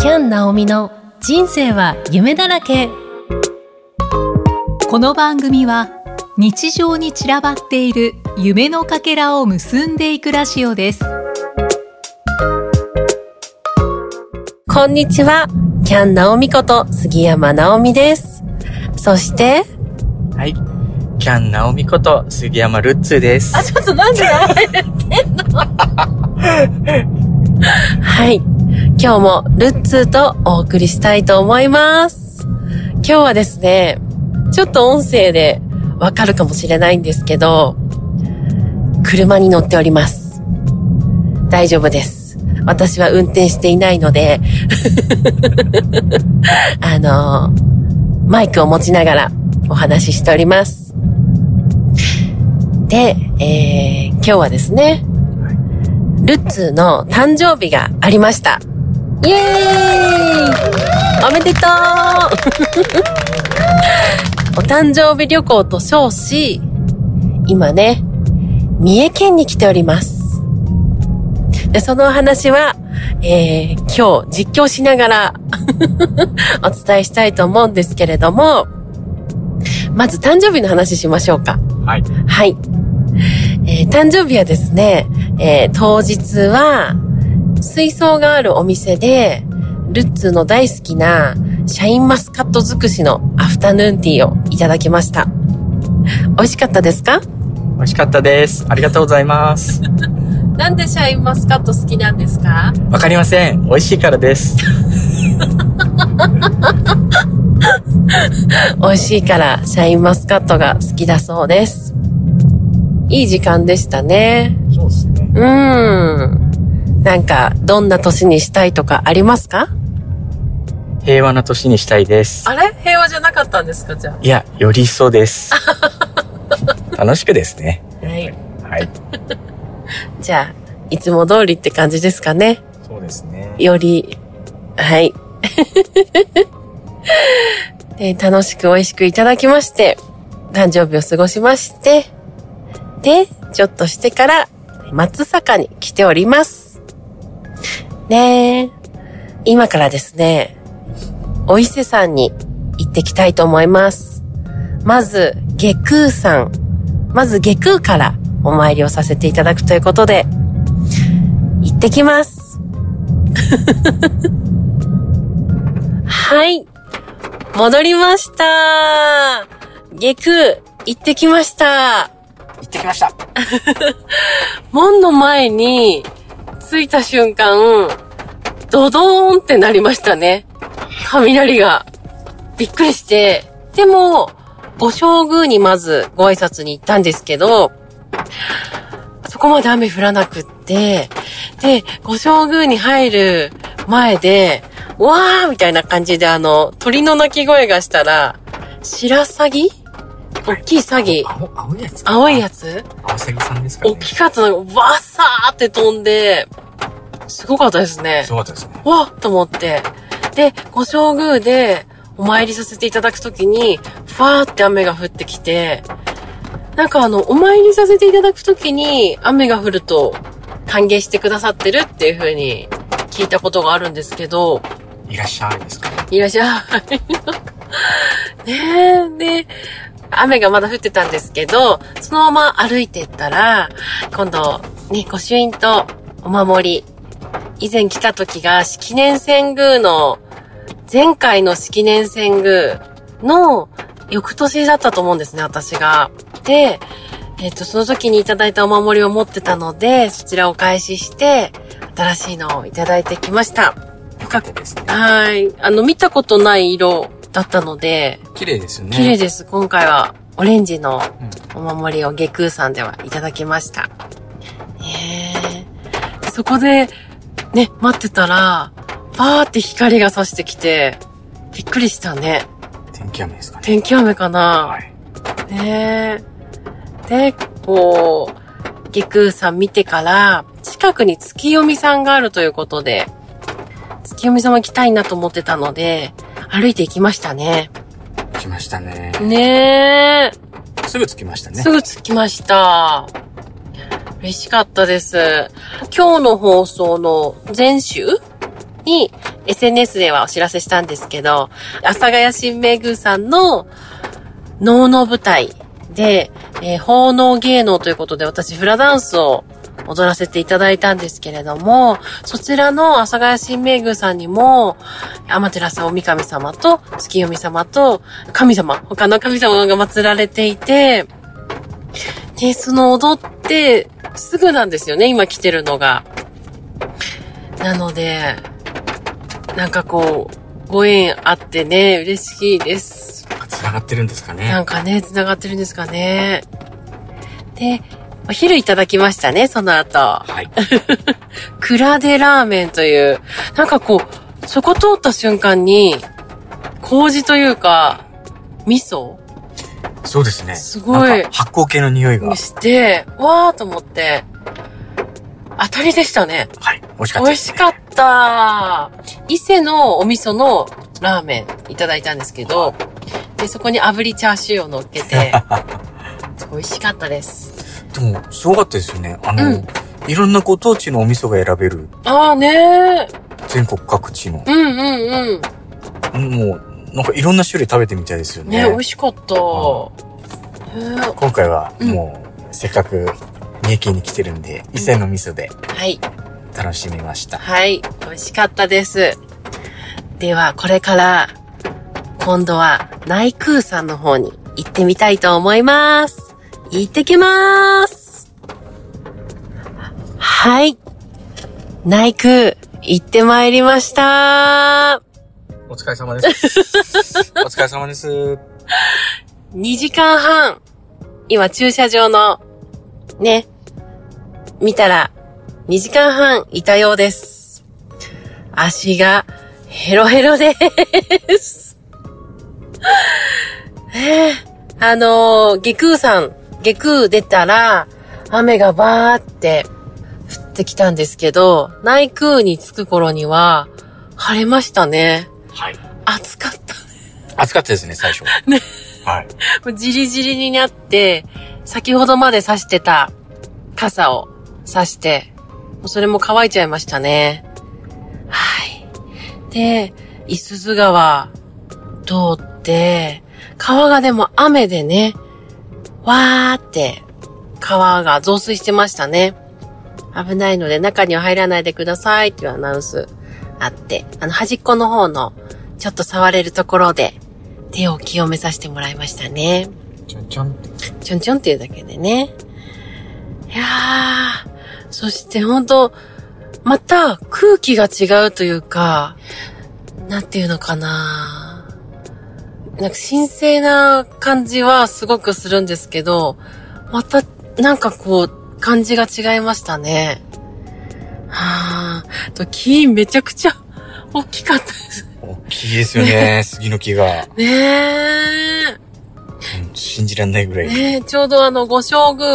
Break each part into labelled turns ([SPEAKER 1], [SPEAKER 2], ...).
[SPEAKER 1] キャン・ナオミの人生は夢だらけ
[SPEAKER 2] この番組は日常に散らばっている夢のかけらを結んでいくラジオです
[SPEAKER 1] こんにちはキャン・ナオミこと杉山直美ですそして
[SPEAKER 3] はい。キャン・ナオミこと杉山ルッツーです。
[SPEAKER 1] ちょっとなんで名前出てんのはい今日もルッツーとお送りしたいと思います今日はですねちょっと音声でわかるかもしれないんですけど車に乗っております大丈夫です私は運転していないので あのマイクを持ちながらお話ししておりますで、えー、今日はですね、ルッツーの誕生日がありました。イエーイおめでとう お誕生日旅行と称し、今ね、三重県に来ております。で、そのお話は、えー今日実況しながら お伝えしたいと思うんですけれども、まず誕生日の話しましょうか。
[SPEAKER 3] はい。
[SPEAKER 1] はい。えー誕生日はですね、えー当日は、水槽があるお店で、ルッツーの大好きな、シャインマスカット尽くしのアフタヌーンティーをいただきました。美味しかったですか
[SPEAKER 3] 美味しかったです。ありがとうござ います。
[SPEAKER 1] なんでシャインマスカット好きなんですか
[SPEAKER 3] わかりません。美味しいからです。
[SPEAKER 1] 美味しいから、シャインマスカットが好きだそうです。いい時間でしたね。
[SPEAKER 3] そうですね。
[SPEAKER 1] うーん。なんか、どんな年にしたいとかありますか
[SPEAKER 3] 平和な年にしたいです。
[SPEAKER 1] れ平和じゃなかったんですかじゃあ。
[SPEAKER 3] いや、より一 層です。楽しくですね。
[SPEAKER 1] はい。
[SPEAKER 3] はい。
[SPEAKER 1] じゃあ、いつも通りって感じですかね。
[SPEAKER 3] そうですね
[SPEAKER 1] より、はい。 で楽しく美味しくいただきまして、誕生日を過ごしまして、で、ちょっとしてから、松坂に来ております。ねえ、今からですね、お伊勢さんに行ってきたいと思います。まず、下空さん。まず下空からお参りをさせていただくということで、行ってきます。はい。戻りました。下空、行ってきました。
[SPEAKER 3] 行ってきました。
[SPEAKER 1] 門の前に着いた瞬間、ドドーンってなりましたね。雷が。びっくりして。でも、ご将軍にまずご挨拶に行ったんですけど、そこまで雨降らなくって、で、ご将軍に入る前で、わーみたいな感じであの、鳥の鳴き声がしたら、白鷺大きい鷺
[SPEAKER 3] 青、青いやつ
[SPEAKER 1] 青いやつ
[SPEAKER 3] 青サギさんですかね
[SPEAKER 1] 大。きかったのが、わっさーって飛んで、すごかったですね。
[SPEAKER 3] そうだったですね。
[SPEAKER 1] わっと思って。で、ご正宮でお参りさせていただくときに、ふわーって雨が降ってきて、なんかあの、お参りさせていただくときに、雨が降ると歓迎してくださってるっていう風に聞いたことがあるんですけど、
[SPEAKER 3] いらっしゃいですかね。
[SPEAKER 1] いらっしゃい。ねえ、で、雨がまだ降ってたんですけど、そのまま歩いてったら、今度、ね、御朱印とお守り。以前来た時が、式年遷宮の、前回の式年遷宮の、翌年だったと思うんですね、私が。で、えっ、と、その時にいただいたお守りを持ってたので、そちらをお返しして、新しいのをいただいてきました。
[SPEAKER 3] よかったですね。
[SPEAKER 1] はい。あの、見たことない色だったので、
[SPEAKER 3] 綺麗ですね。
[SPEAKER 1] 綺麗です。今回は、オレンジの
[SPEAKER 3] うん
[SPEAKER 1] お守りを下空さんではいただきました。ねえそこで、ね、待ってたら、パーって光が差してきて、びっくりしたね。
[SPEAKER 3] 天気雨ですかね。
[SPEAKER 1] 天気雨かな、
[SPEAKER 3] い。
[SPEAKER 1] ねえで、こう、下空さん見てから、近くに月読みさんがあるということで、月読みさんも行きたいなと思ってたので、歩いて行きましたね。
[SPEAKER 3] 来ましたね。
[SPEAKER 1] ねえ。
[SPEAKER 3] すぐ着きましたね
[SPEAKER 1] す。ぐ着きました。嬉しかったです。今日の放送の前週に、 SNS ではお知らせしたんですけど、阿佐ヶ谷新明宮さんの能の舞台で、えー奉納芸能ということで私フラダンスを踊らせていただいたんですけれども、そちらの阿佐ヶ谷新明宮さんにも、天照大神様と月読様と神様、他の神様が祀られていて、で、その踊ってすぐなんですよね、今来てるのが。なので、なんかこう、ご縁あってね、嬉しいです。
[SPEAKER 3] 繋がってるんですか
[SPEAKER 1] な
[SPEAKER 3] ね。
[SPEAKER 1] んかね、繋がってるんですかね。で、お昼いただきましたね、その後。
[SPEAKER 3] はい。
[SPEAKER 1] クラデラーメンという、なんかこう、そこ通った瞬間に、麹というか、味噌
[SPEAKER 3] そうですね。
[SPEAKER 1] すごい
[SPEAKER 3] なんか発酵系の匂いが。
[SPEAKER 1] に
[SPEAKER 3] はい。
[SPEAKER 1] して、わーと思って、当たりでしたね。
[SPEAKER 3] 美味しかった
[SPEAKER 1] 美
[SPEAKER 3] で
[SPEAKER 1] 味
[SPEAKER 3] す
[SPEAKER 1] し
[SPEAKER 3] ね。
[SPEAKER 1] かった。伊勢のお味噌のラーメンいただいたんですけど、で、そこに炙りチャーシューを乗っけ て、美味しかったです。
[SPEAKER 3] でも、すごかったですよね。あの、
[SPEAKER 1] うん
[SPEAKER 3] いろんなご当地のお味噌が選べる、
[SPEAKER 1] ああねー。
[SPEAKER 3] 全国各地の、
[SPEAKER 1] うんうんうん。
[SPEAKER 3] もう、なんかいろんな種類食べてみたいですよね。
[SPEAKER 1] ね、美味しかった。へー
[SPEAKER 3] 今回は、もう、せっかく、三重県に来てるんで、伊勢の味噌で
[SPEAKER 1] はい、
[SPEAKER 3] 楽しみました。
[SPEAKER 1] はい、美味しかったです。では、これから、今度は内空さんの方に行ってみたいと思います。行ってきますはい。内空、行ってまいりました。
[SPEAKER 3] お疲れ様です。 お疲れ様です。
[SPEAKER 1] 2時間半、今駐車場の、ね、見たら2時間半いたようです。足がヘロヘロです。 ええあのー、下空さん、下空出たら、雨がバーって降ってきたんですけど、内空に着く頃には、晴れましたね。
[SPEAKER 3] はい。
[SPEAKER 1] 暑かった。
[SPEAKER 3] 暑かったですね、最初。
[SPEAKER 1] ね
[SPEAKER 3] はい。
[SPEAKER 1] もうじりじりになって、先ほどまで差してた傘を差して、もうそれも乾いちゃいましたね。はい。で、伊豆川通って、川がでも雨でね、わーって川が増水してましたね。危ないので中には入らないでくださいっていうアナウンスあって、あの端っこの方のちょっと触れるところで手を清めさせてもらいましたね。
[SPEAKER 3] ちょんちょんって。
[SPEAKER 1] ちょんちょんっていうだけでね。いやー、そして本当また空気が違うというか、なんていうのかななんか神聖な感じはすごくするんですけど、またなんかこう、感じが違いましたね。はーと、木めちゃくちゃ大きかったです
[SPEAKER 3] 大きいですよね、杉の木が。
[SPEAKER 1] ねー。
[SPEAKER 3] うん信じられないぐらい。
[SPEAKER 1] ねえ、ちょうどあの、ご正宮、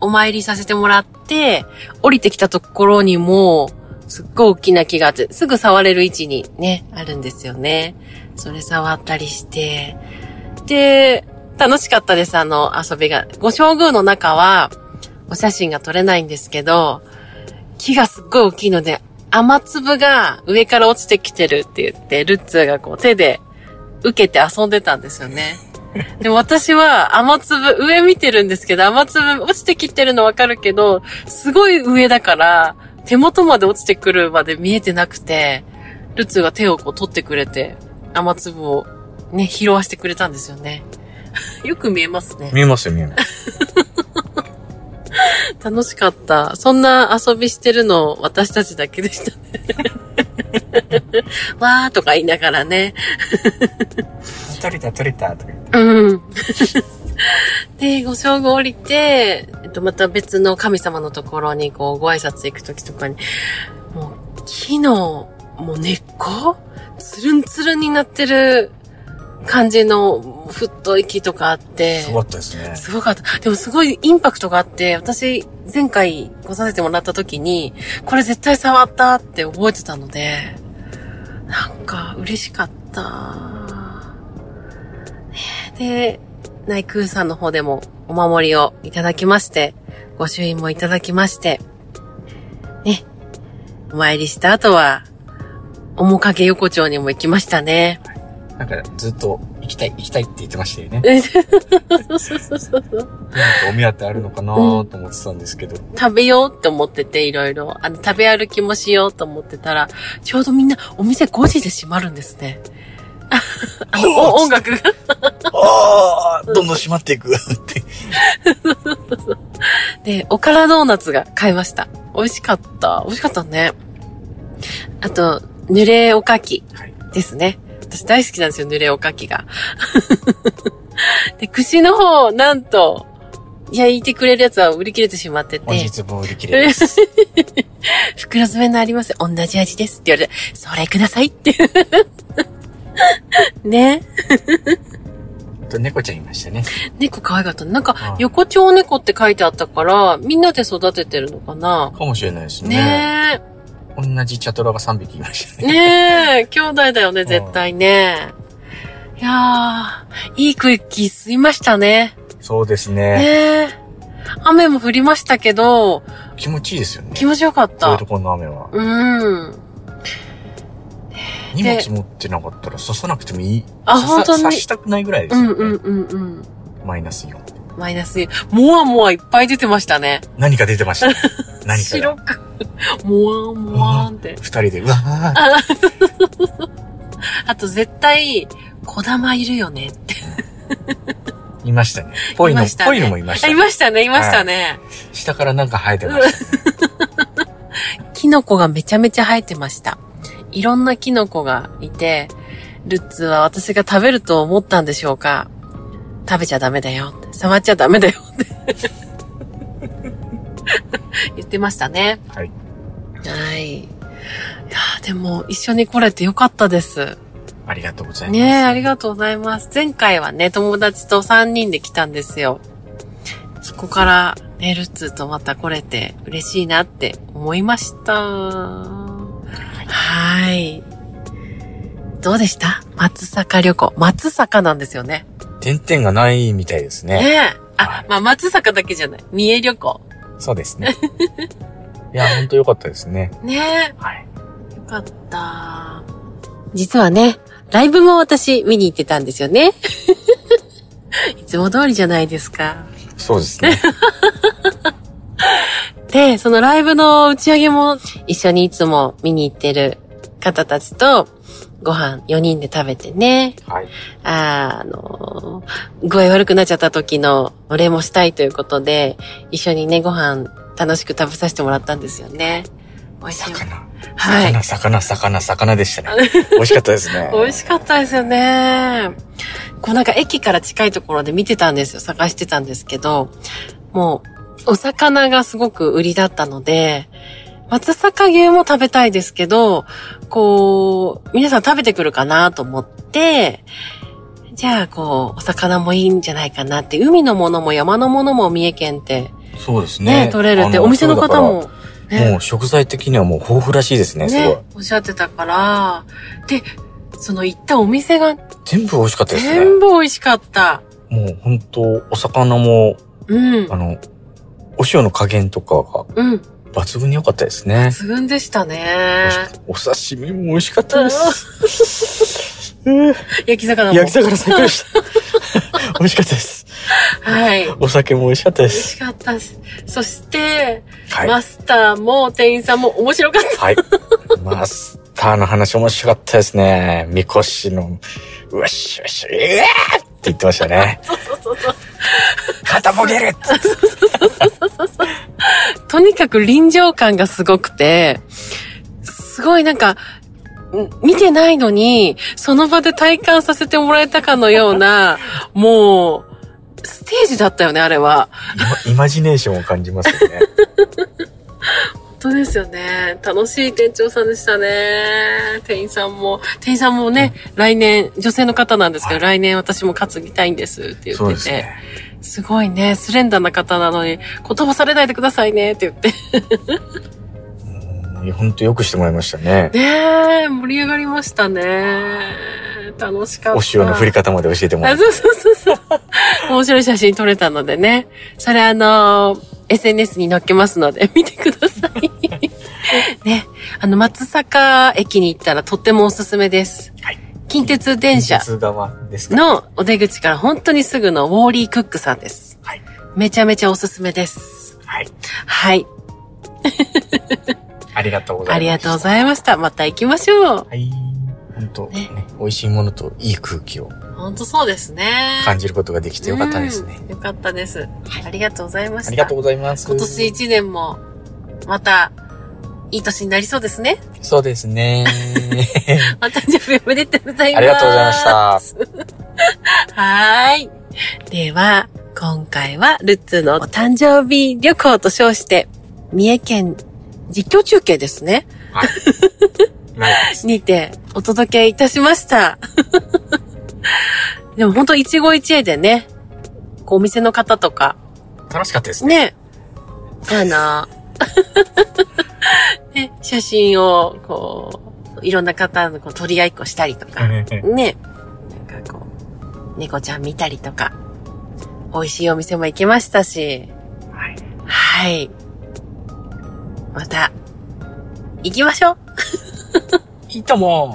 [SPEAKER 1] お参りさせてもらって、降りてきたところにも、すっごい大きな木があって、すぐ触れる位置にね、あるんですよね。それ触ったりして、で、楽しかったです、あの、遊びが。ご正宮の中は、お写真が撮れないんですけど、木がすっごい大きいので、雨粒が上から落ちてきてるって言って、ルッツーがこう手で受けて遊んでたんですよね。でも私は雨粒、上見てるんですけど、雨粒落ちてきてるのわかるけど、すごい上だから、手元まで落ちてくるまで見えてなくて、ルツが手をこう取ってくれて、雨粒をね、拾わしてくれたんですよね。よく見えますね。
[SPEAKER 3] 見えますよ、見えます。
[SPEAKER 1] 楽しかった。そんな遊びしてるの私たちだけでしたね。 わーとか言いながらね。
[SPEAKER 3] 取れた、取れた、とか言って。
[SPEAKER 1] うん。で、ご正午降りて、えっと、また別の神様のところに、こう、ご挨拶行くときとかに、もう、木の、もう根っこつるんつるんになってる感じの、太い木とかあって。
[SPEAKER 3] すごかったですね。
[SPEAKER 1] すごかった。でもすごいインパクトがあって、私、前回来させてもらった時に、これ絶対触ったって覚えてたので、なんか嬉しかった。ねで、内空さんの方でもお守りをいただきまして、ご朱印もいただきまして、ね、お参りした後は、面影横丁にも行きましたね。
[SPEAKER 3] なんかずっと行きたい行きたいって言ってましたよね。
[SPEAKER 1] えそうそうそうそう
[SPEAKER 3] なんかお目当てあるのかな
[SPEAKER 1] う
[SPEAKER 3] ーと思ってたんですけど。
[SPEAKER 1] 食べようって思ってて、いろいろ。あの、食べ歩きもしようと思ってたら、ちょうどみんなお店5時で閉まるんですね。あの、お音楽が。
[SPEAKER 3] ああどんどん閉まっていくって。
[SPEAKER 1] で、おからドーナツが買いました。美味しかった。美味しかったね。あと、濡れおかき
[SPEAKER 3] はい
[SPEAKER 1] ですね。私大好きなんですよ、濡れおかきが。 で、串の方、なんと、焼いてくれるやつは売り切れてしまってて。
[SPEAKER 3] 本日も売り切れです。
[SPEAKER 1] 袋詰めのあります。同じ味ですって言われて、それくださいって。 ね。
[SPEAKER 3] と猫ちゃんいましたね。
[SPEAKER 1] 猫可愛かった。なん
[SPEAKER 3] は
[SPEAKER 1] か
[SPEAKER 3] い、
[SPEAKER 1] 横丁猫って書いてあったから、みんなで育ててるのかな。
[SPEAKER 3] かもしれないですね。
[SPEAKER 1] ね
[SPEAKER 3] 同じチャトラが3匹いました
[SPEAKER 1] え。
[SPEAKER 3] ね。
[SPEAKER 1] ねえ。兄弟だよね、絶対ね。いやー、いい空気吸いましたね。
[SPEAKER 3] そうです
[SPEAKER 1] ね
[SPEAKER 3] ね。
[SPEAKER 1] え。雨も降りましたけど、
[SPEAKER 3] 気持ちいいですよね。
[SPEAKER 1] 気持ちよかっ
[SPEAKER 3] そうい
[SPEAKER 1] た
[SPEAKER 3] うと。ころの雨は。
[SPEAKER 1] うん。
[SPEAKER 3] 荷物持ってなかったら刺さなくてもいい。
[SPEAKER 1] あ
[SPEAKER 3] 刺さ
[SPEAKER 1] 本当に
[SPEAKER 3] 刺したくないぐらいで
[SPEAKER 1] う
[SPEAKER 3] す
[SPEAKER 1] ん
[SPEAKER 3] よ
[SPEAKER 1] うん
[SPEAKER 3] ね。
[SPEAKER 1] うんうん。
[SPEAKER 3] マイナス4。
[SPEAKER 1] マイナス、もわもわいっぱい出てましたね。
[SPEAKER 3] 何か出てま したね。何か
[SPEAKER 1] 白
[SPEAKER 3] が。
[SPEAKER 1] く、もわんもわんって。
[SPEAKER 3] 二人で、うわー
[SPEAKER 1] あと絶対、小玉いるよねって。
[SPEAKER 3] いましたね。ぽいの、
[SPEAKER 1] ましたね
[SPEAKER 3] ぽいのもいました
[SPEAKER 1] あい
[SPEAKER 3] ね。
[SPEAKER 1] ましたね、いましたね。
[SPEAKER 3] 下からなんか生えてましたね。
[SPEAKER 1] キノコがめちゃめちゃ生えてました。いろんなキノコがいて、ルッツは私が食べると思ったんでしょうか食べちゃダメだよって。触っちゃダメだよって。 言ってましたね。
[SPEAKER 3] はい。
[SPEAKER 1] はい。いやーでも一緒に来れてよかったです。
[SPEAKER 3] ありがとうございます。
[SPEAKER 1] ねえ、ありがとうございます。前回はね、友達と3人で来たんですよ。そこから、ね、ルッツーとまた来れて嬉しいなって思いました。はい。どうでした松坂旅行。松坂なんですよね。
[SPEAKER 3] 点々がないみたいですね。
[SPEAKER 1] ねえ。あ、まあ松坂だけじゃない。三重旅行。
[SPEAKER 3] そうですね。いや、ほんと良かったですね。
[SPEAKER 1] ね
[SPEAKER 3] はい。
[SPEAKER 1] え。よかった。実はね、ライブも私見に行ってたんですよね。 いつも通りじゃないですか。
[SPEAKER 3] そうで すね。
[SPEAKER 1] で、そのライブの打ち上げも一緒にいつも見に行ってる方たちとご飯4人で食べてね、
[SPEAKER 3] はい。
[SPEAKER 1] あーあのー具合悪くなっちゃった時のお礼もしたいということで、一緒にね、ご飯楽しく食べさせてもらったんですよね。美味しい。
[SPEAKER 3] 魚。
[SPEAKER 1] はい。。
[SPEAKER 3] 魚、魚、魚、魚でしたね。美味しかったですね
[SPEAKER 1] 美味しかったですよね。こうなんか駅から近いところで見てたんですよ。探してたんですけど、もう、お魚がすごく売りだったので、松阪牛も食べたいですけど、こう、皆さん食べてくるかなと思って、じゃあこう、お魚もいいんじゃないかなって、海のものも山のものも三重県って
[SPEAKER 3] そうです
[SPEAKER 1] ね、
[SPEAKER 3] ね。
[SPEAKER 1] 取れるっ
[SPEAKER 3] あ
[SPEAKER 1] て、
[SPEAKER 3] の
[SPEAKER 1] お店の方。
[SPEAKER 3] そう
[SPEAKER 1] も、
[SPEAKER 3] だからもう食材的にはもう豊富らしいですね、すごい
[SPEAKER 1] ね。、おっしゃってたから、で、その行ったお店が
[SPEAKER 3] 全部美味しかったです
[SPEAKER 1] 全
[SPEAKER 3] ね。
[SPEAKER 1] 部美味しかった。
[SPEAKER 3] もうほんと、お魚も、
[SPEAKER 1] うん
[SPEAKER 3] あ。の、お塩の加減とかが
[SPEAKER 1] うん。
[SPEAKER 3] 抜群に良かったですね。
[SPEAKER 1] 抜群でしたね。
[SPEAKER 3] お刺身も美味しかったです。
[SPEAKER 1] 焼き魚も。
[SPEAKER 3] 焼き魚最高で した。美味しかったです。
[SPEAKER 1] はい。美
[SPEAKER 3] お酒も美味しかったで
[SPEAKER 1] 味
[SPEAKER 3] す。
[SPEAKER 1] しかったし。そして、
[SPEAKER 3] はい。
[SPEAKER 1] マスターも店員さんも面白かっ
[SPEAKER 3] はい。マスターの話面白かったですね。みこしの、うわっしゅわっしゅ、えーって言ってましたね。
[SPEAKER 1] た。そうそうそう
[SPEAKER 3] 肩ボげ るって
[SPEAKER 1] そう。とにかく臨場感がすごくて、すごいなんか、ん見てないのに、その場で体感させてもらえたかのような、もう、ステージだったよね、あれは。
[SPEAKER 3] イマイマジネーションを感じますよね。
[SPEAKER 1] 本当ですよね。楽しい店長さんでしたね。店員さんも。店員さんもね、来年、女性の方なんですけど、
[SPEAKER 3] はい
[SPEAKER 1] 来年私も担ぎたいんですって言ってて。
[SPEAKER 3] そうですね。
[SPEAKER 1] すごいね、スレンダーな方なのに、言葉されないでくださいねって言って。
[SPEAKER 3] うん本当よくしてもらいましたね。
[SPEAKER 1] ねえ、盛り上がりましたね。楽しかった。
[SPEAKER 3] お塩の振り方まで教えてもら
[SPEAKER 1] あ、
[SPEAKER 3] っ
[SPEAKER 1] そうそうそう そう。面白い写真撮れたの でね。それあのー SNS に載っけますので、見てください。ね、あの、松坂駅に行ったらとってもおすすめです。
[SPEAKER 3] はい
[SPEAKER 1] 近鉄電車
[SPEAKER 3] 鉄側ですか
[SPEAKER 1] のお出口から本当にすぐのウォーリークックさんです。
[SPEAKER 3] はい
[SPEAKER 1] めちゃめちゃおすすめです。
[SPEAKER 3] はい。
[SPEAKER 1] はい。
[SPEAKER 3] ありがとうございます。
[SPEAKER 1] ありがとうございました。また行きましょう。
[SPEAKER 3] はい。本当、
[SPEAKER 1] ね
[SPEAKER 3] ね、美味しいものといい空気を
[SPEAKER 1] 本当そうですね。
[SPEAKER 3] 感じることができてよかったですね。
[SPEAKER 1] うん。よかったです。ありがとうございました。
[SPEAKER 3] ありがとうございます。
[SPEAKER 1] 今年一年も、また、いい年になりそうですね。
[SPEAKER 3] そうです ね。
[SPEAKER 1] お誕生日おめでとうございます。
[SPEAKER 3] ありがとうございました。
[SPEAKER 1] はーい。では、今回は、ルッツーのお誕生日旅行と称して、三重県実況中継ですね。
[SPEAKER 3] はい。なんか
[SPEAKER 1] にてお届けいたしました。 でも本当一期一会でね、こうお店の方とか、
[SPEAKER 3] 楽しかったですね。
[SPEAKER 1] ね、あの、 ね、写真を、こう、いろんな方のこう取り合いっこしたりとか、ね、なんかこう、猫ちゃん見たりとか、美味しいお店も行けましたし、
[SPEAKER 3] はい
[SPEAKER 1] はい。また、行きましょう
[SPEAKER 3] いいとも。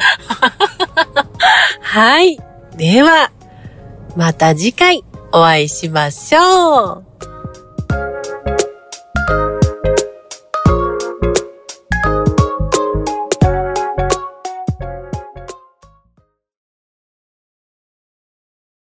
[SPEAKER 1] はい。では、また次回お会いしましょう。